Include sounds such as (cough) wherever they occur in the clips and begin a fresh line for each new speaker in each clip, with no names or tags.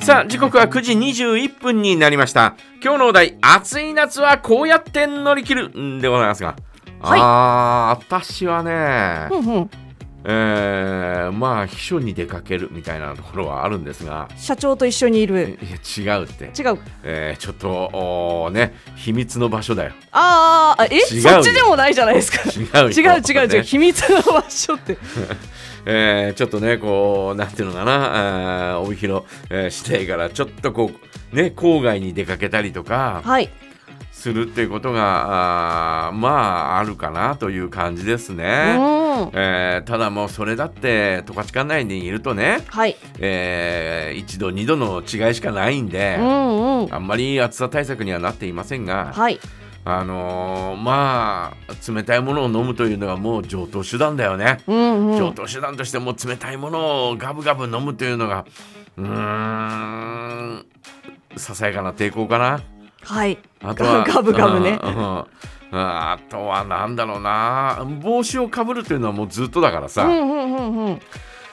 さあ時刻は9時21分になりました今日のお題「暑い夏はこうやって乗り切る」んでございますが、
はい
あー私はね、
うんうん、
えーまあ秘書に出かけるみたいなところはあるんですが
社長と一緒にい
い
る。
や違うって、
違う。
えーちょっとおーね秘密の場所だよ
あーあ、え、
違うよ
そっちでもないじゃないですか。
違うよ
違う違う違う、
ね
秘密の場所って。
えーちょっとねこうなんていうのかな、えー帯広、えー市内からちょっとこうね郊外に出かけたりとか
はい。
するっていうことがあーまああるかなという感じです
う
ね。
ん。
えーただもうそれだって十勝管内にいるとね、
はい。
えー、一度二度の違いしかないんで
う、んうん。
あんまり暑さ対策にはなっていませんが、
はい。
あのーまあ冷たいものを飲むというのがもう上等手段だよね。
うんう
上
ん。
等手段としてもう冷たいものをガブガブ飲むというのがうーんささやかな抵抗かな
はい。
あとは
ガブガブね
うんうんあとはなんだろうな帽子をかぶるというのはもうずっとだから
う
さ、
んうんうんうん。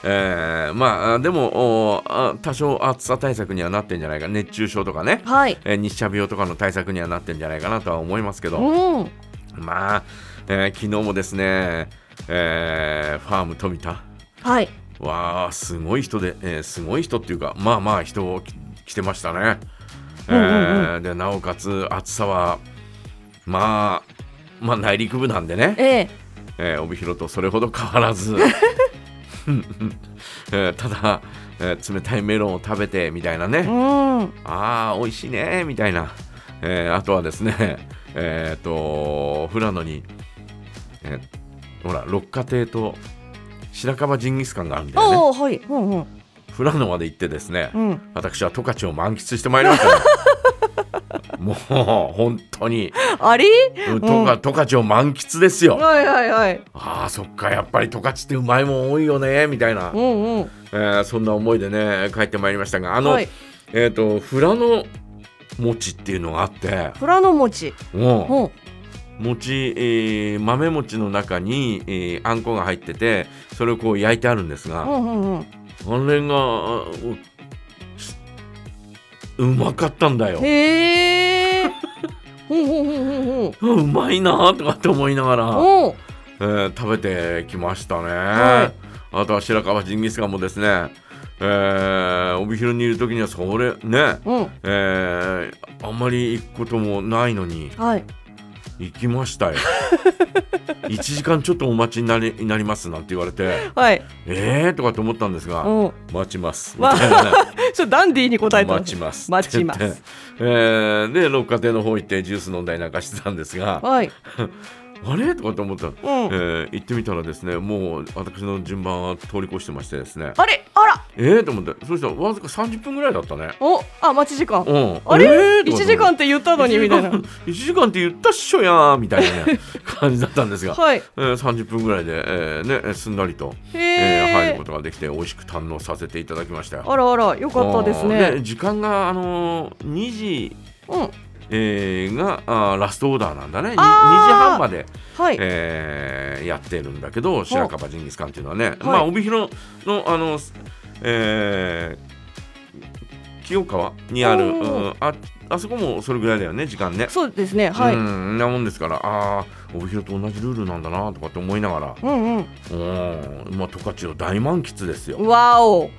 えーまあでもおあ多少暑さ対策にはなってんじゃないか熱中症とかね、
はい。
えー日射病とかの対策にはなってんじゃないかなとは思いますけど、
うん。
まあ、えー昨日もですね、えーファーム富田
はい。
わあすごい人で、えーすごい人っていうかまあまあ人をき来てましたね、え
うんうん
ーでなおかつ暑さはまあまあ内陸部なんでね、
ええ。
えー帯広とそれほど変わら
(laughs)
ず、えーただ、えー冷たいメロンを食べてみたいなね、
うん。
ああ美味しいねみたいな、えーあとはですね (laughs) えっと富良野に、えーほら六花亭と白樺ジンギスカンがあるんだよね
おお、はい。うんうん。
富良野まで行ってですね、
うん。
私は十勝を満喫してまいりま
(laughs)
したよもう本当に
あれ。
うん十勝十勝を満喫ですよ、
はいはいはい。
ああそっかやっぱり十勝ってうまいもん多いよねみたいな、
うんうん。
えーそんな思いでね帰ってまいりましたがあの、
はい
えっ、と富良野餅っていうのがあって
富良野餅。
も
うん。
う餅、えー豆餅の中に、えーあんこが入っててそれをこう焼いてあるんですが、
うんうんうん。
あれがあううまかったんだよ。
へ
(laughs)
え。うんうんうんうんうん。
あうまいなとかって思いながら、
おお。
えー食べてきましたね。
は
あとは白川ジンギスカンもですね、えー帯広にいる時にはそれね、
うん。
えーあんまり行くこともないのに
はい。
行きま
(laughs)
したよ。1時間ちょっとお待ちになりなりますなんて言われて、
はい。
えーとかと思ったんですが、
(laughs) うん。
待ちます。
まあ
みたいな
ちょっとダンディーに (laughs) 答えて
待ちます
待ちま
って言って
す。
えーで六花亭の方行ってジュース飲んだりなんかしてたんですが
はい。
あれとかと思ったら、
うん (laughs)
えー行ってみたらですねもう私の順番は通り越してましてですね
あれ、あら、
えーと思ってそしたらわずか30分ぐらいだったね
お、あ、待ち時間
う。ん
あれ、
えーとかと思
一
って
時間って言ったのにみた
(laughs)
いな。
1時間って言ったっしょやーみたいな、ね、 (laughs) 感じだったんですが、
はい。
えー30分ぐらいで、えーね、すんなりと、
へ
えー入る
え
こ。とができて美味しく堪能させていただきましたよ。
あらあら、よかったです
あー
ね。
時間が、あのー、2時
うん。
えーがあーラストオーダーなんだねに2時
あー
半まで、
はい。
えーやってるんだけど白樺ジンギスカンっていうのはね、まあ、帯広のあの、えー清川にある、
おー
うんああそこもそれぐらいだよね時間ね。
そうですね。はい。
う
うん
んなもんですからあー帯広と同じルールなんだなとかって思いながら
うん。
うんまあ十勝を大満喫ですよ。
わお。
お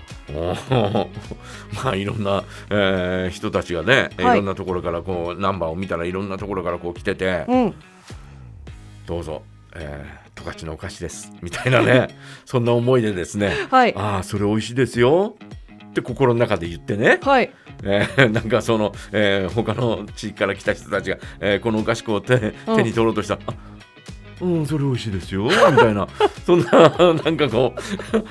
ー (laughs) まあいろんな、えー人たちがね、い、
はい
ろんなところからこうナンバーを見たらいろんなところからこう来てて
う、ん。
どうぞ、えー、十勝のお菓子ですみたいな
(laughs)
ねそんな思いでですね
はい。
ああそれ美味しいですよって心の中で言ってね、
はい。
えーなんかその、えー他の地域から来た人たちが、えーこのお菓子を手
うん
手に取ろうとしたら、あうん、それ美味しいですよみたいなそんななんかこう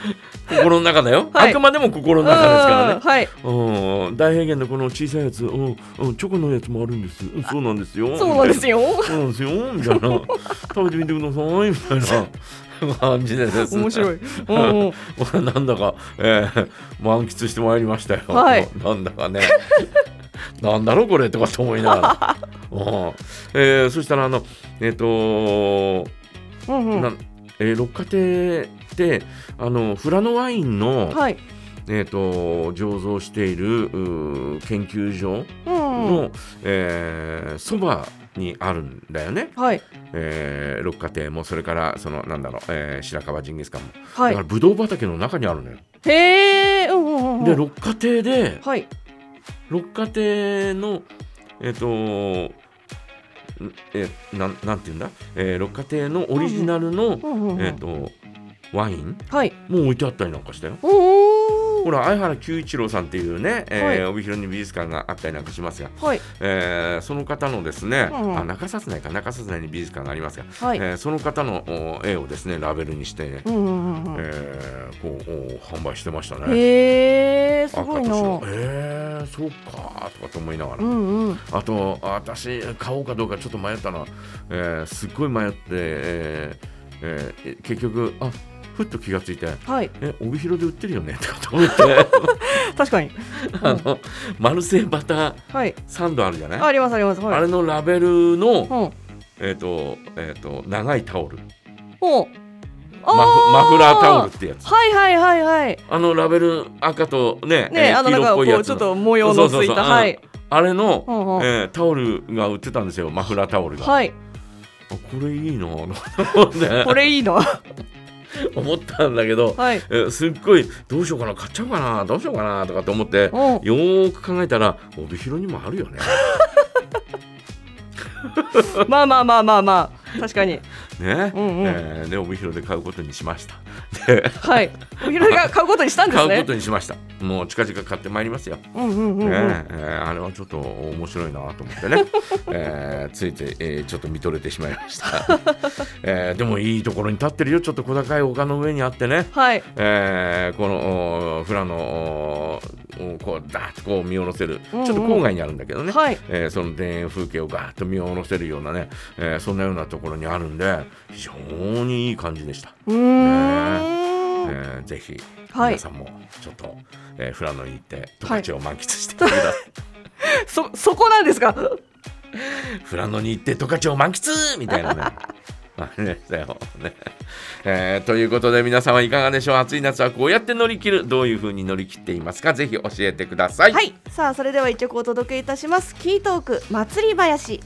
(laughs) 心の中だよ、
はい
あくまでも心
うん
の中ですからね。
はい。
うん、大平原のこの小さいやつ、うん、うんチョコのやつもあるんです。うんそうなんですよ。
そうなんです
よ。 (laughs)
よ。
そうなんですよ。みたいな。食べてみてくださ
(laughs)
い。みたいな感じで (laughs) ですね。
面白
い。
い。うんうん。
なんだか、えー満喫してまいりましたよ。
はい
なんだかね。 (laughs) なんだろうこれとかと思いながら。
(laughs)
うんえーそしたらあのえっ、と
うんう。
なんんえー六花亭ってあの富良野ワインの、
はい。
えー、と醸造しているうー研究所
うん。
のえーそば、にあるんだよね、
はい。
えー六花亭もそれからそのなんだろう、えー白樺ジンギスカンも、
は
だから
い。
ぶどう畑の中にあるのよ。
へえ。うんうんうんうん。
で六花亭で
はい。
六花亭のえっ、とんえなんなんていうんだ、えー六花亭のオリジナルの、
うんうんうん。
えっ、とワイン
はい。
もう置いてあったりなんかしたよ。
おお
ほ。ら相原久一郎さんっていうね、えー
はい
帯広に美術館があったりなんかしますが、
はい。
えーその方のですね、
うんうん
あ中札内か中札内に美術館がありますが、
はい。
えーその方のお絵をですねラベルにして、
うんうんうんうん。
えーこうお販売してましたね。
へえ。すごいな。
赤と白えー、そうかとかと思いながら、
うんうん。
あとあ私買おうかどうかちょっと迷ったな、えーすっごい迷って、えーえー結局あふっと気がついて
はい。
え帯広で売ってるよねとかと思って
(laughs) 確かに。
あのマルセイバター
はい。
サンドあるじゃない、
ありますあります。
あ
はい。
れのラベルの、
うん。
えーとえー、と長いタオルマ
おう。
フマフラータオルっ。てやつ
はいはいはいはい。
あのラベル赤とね
ね、
えー
あの
黄
なん
色
か
っ
こ
ぽ
う
いやつ
ちょっ
の
と模様のつい
そうそうそう
た
うん
はい
あれの、
うんうん
えータオルが売ってたんですよマフラータオルが、
はい。
あこれいいなぁ
これいいの。 (laughs) は
思ったんだけど、
い。
えーすっごいどうしようかな買っちゃおうかなどうしようかなとかって思って
うん。
よーく考えたら帯広にもあるよね
まあまあまあまあまあ。確かに。
ね、
うんうん
えーで帯広で買うことにしました
はい。お昼が買うことにしたんです
買うこ
ね。
とにしましたもう近々買ってまいりますよ、
うんうんうん
ね
うん。
えーあれはちょっと面白いなと思って
(laughs)
ね、えーついて、えーちょっと見とれてしまいました、えーでもいいところに立ってるよちょっと小高い丘の上にあってね
はい。
えーこのお富良野をこうだっとこう見下ろせる、
うんうん
ちょっと郊外にあるんだけどね、
はい。
えーその田園風景をガーッと見下ろせるようなね、えーそんなようなところにあるんで非常にいい感じでした、
うー
え
ん。
ーぜひ
はい
皆さんもちょっと、えー富良野に行って十勝を満喫してください、
(laughs) そ、そこなんですか。
富良野に行って十勝を満喫みたいなね (laughs) あれでしたよね、えーということで皆様いかがでしょう暑い夏はこうやって乗り切るどういうふうに乗り切っていますかぜひ教えてください
はい、さあそれでは一曲お届けいたしますキートーク祭り林